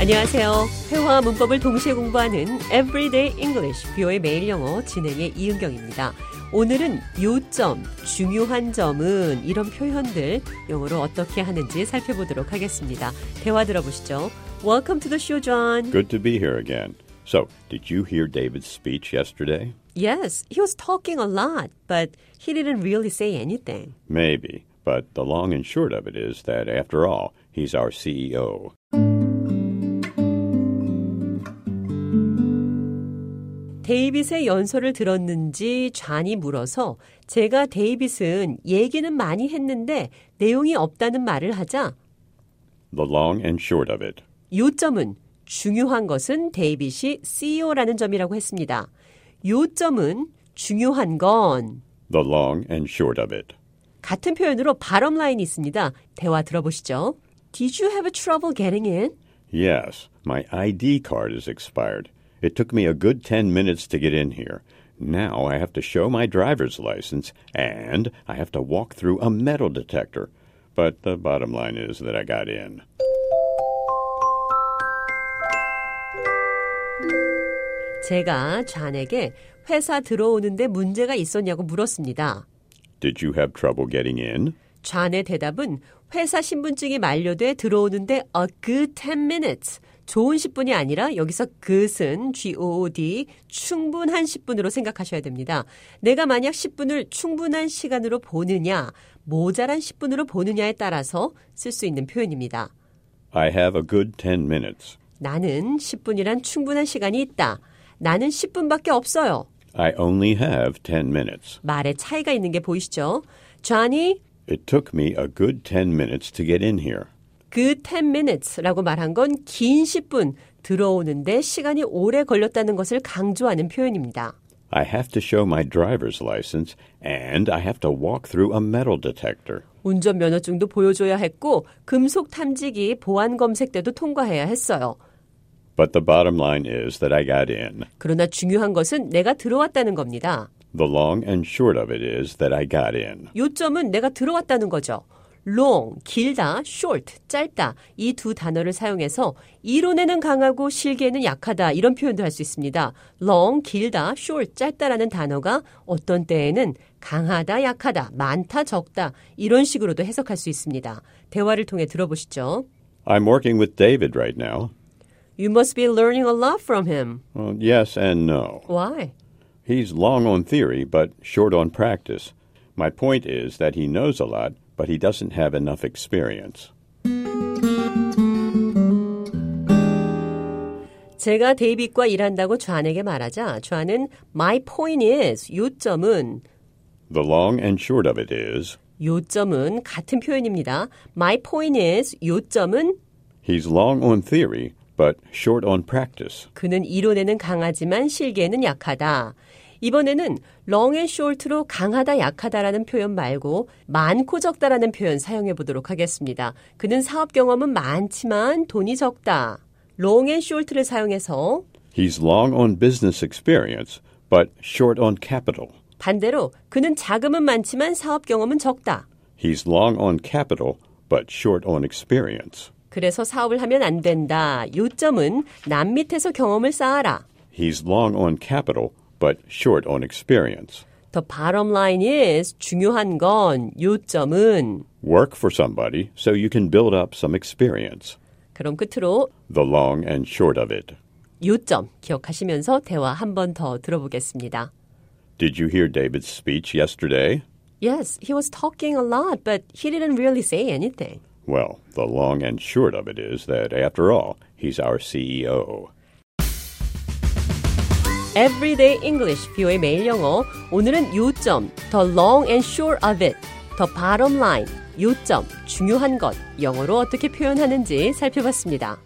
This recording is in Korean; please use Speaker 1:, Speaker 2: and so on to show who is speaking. Speaker 1: 안녕하세요. 회화와 문법을 동시에 공부하는 Everyday English, 뷰의 매일 영어 진행의 이은경입니다. 오늘은 요점, 중요한 점은 이런 표현들 영어로 어떻게 하는지 살펴보도록 하겠습니다. 대화 들어보시죠. Welcome to the show, John.
Speaker 2: Good to be here again. So, did you hear David's speech yesterday?
Speaker 1: Yes, he was talking a lot, but he didn't really say anything.
Speaker 2: Maybe, but the long and short of it is that after all, he's our E CEO.
Speaker 1: 데이빗의 연설을 들었는지 잔이 물어서 제가 데이빗은 얘기는 많이 했는데 내용이 없다는 말을 하자
Speaker 2: The long and short of it.
Speaker 1: 요점은 중요한 것은 데이빗이 CEO라는 점이라고 했습니다. 요점은 중요한 건
Speaker 2: The long and short of it.
Speaker 1: 같은 표현으로 발음 라인이 있습니다. 대화 들어보시죠. Did you have trouble getting in?
Speaker 2: Yes, my ID card is expired. It took me a good 10 minutes to get in here. Now I have to show my driver's license and I have to walk through a metal detector. But the bottom line is that I got in.
Speaker 1: 제가 잔에게 회사 들어오는데 문제가 있었냐고 물었습니다.
Speaker 2: Did you have trouble getting in?
Speaker 1: 좌의 대답은 회사 신분증이 만료돼 들어오는데 a good 10 minutes. 좋은 10분이 아니라 여기서 good은 god 충분한 10분으로 생각하셔야 됩니다. 내가 만약 10분을 충분한 시간으로 보느냐, 모자란 10분으로 보느냐에 따라서 쓸 수 있는 표현입니다.
Speaker 2: I have a good 10 minutes.
Speaker 1: 나는 10분이란 충분한 시간이 있다. 나는 10분밖에 없어요.
Speaker 2: I only have 10 minutes.
Speaker 1: 말의 차이가 있는 게 보이시죠? 좌니
Speaker 2: It took me a good 10 minutes to get in here.
Speaker 1: 그 10 minutes라고 말한 건 긴 10분 들어오는데 시간이 오래 걸렸다는 것을 강조하는 표현입니다.
Speaker 2: I have to show my driver's license and I have to walk through a metal detector.
Speaker 1: 운전면허증도 보여줘야 했고 금속 탐지기 보안 검색 때도 통과해야 했어요.
Speaker 2: But the bottom line is that I got in.
Speaker 1: 그러나 중요한 것은 내가 들어왔다는 겁니다.
Speaker 2: The long and short of it is that I got in.
Speaker 1: 요점은 내가 들어왔다는 거죠. long, 길다, short, 짧다 이 두 단어를 사용해서 이론에는 강하고 실기에는 약하다 이런 표현도 할 수 있습니다. long, 길다, short, 짧다라는 단어가 어떤 때에는 강하다, 약하다, 많다, 적다 이런 식으로도 해석할 수 있습니다. 대화를 통해 들어보시죠.
Speaker 2: I'm working with David right now.
Speaker 1: You must be learning a lot from him.
Speaker 2: Well, yes and no.
Speaker 1: Why?
Speaker 2: He's long on theory, but short on practice. My point is that he knows a lot, but he doesn't have enough experience.
Speaker 1: 제가 데이빗과 일한다고 좌에게 말하자 좌는 my point is 요점은
Speaker 2: The long and short of it is
Speaker 1: 요점은 같은 표현입니다. My point is 요점은
Speaker 2: he's long on theory, but short on practice.
Speaker 1: 그는 이론에는 강하지만 실기에는 약하다. 이번에는 long and short로 강하다 약하다라는 표현 말고 많고 적다라는 표현 사용해 보도록 하겠습니다. 그는 사업 경험은 많지만 돈이 적다. long and short를 사용해서
Speaker 2: He's long on business experience, but short on capital.
Speaker 1: 반대로 그는 자금은 많지만 사업 경험은 적다.
Speaker 2: He's long on capital, but short on experience.
Speaker 1: 그래서 사업을 하면 안 된다. 요점은 남 밑에서 경험을 쌓아라.
Speaker 2: He's long on capital, but short on experience.
Speaker 1: The bottom line is 중요한 건 요점은
Speaker 2: Work for somebody so you can build up some experience.
Speaker 1: 그럼 끝으로
Speaker 2: The long and short of it.
Speaker 1: 요점 기억하시면서 대화 한 번 더 들어보겠습니다.
Speaker 2: Did you hear David's speech yesterday?
Speaker 1: Yes, he was talking a lot, but he didn't really say anything.
Speaker 2: Well, the long and short of it is that, after all, he's our E CEO.
Speaker 1: Everyday English, 뷰의 매일 영어. 오늘은 요점, the long and short of it, the bottom line, 요점, 중요한 것, 영어로 어떻게 표현하는지 살펴봤습니다.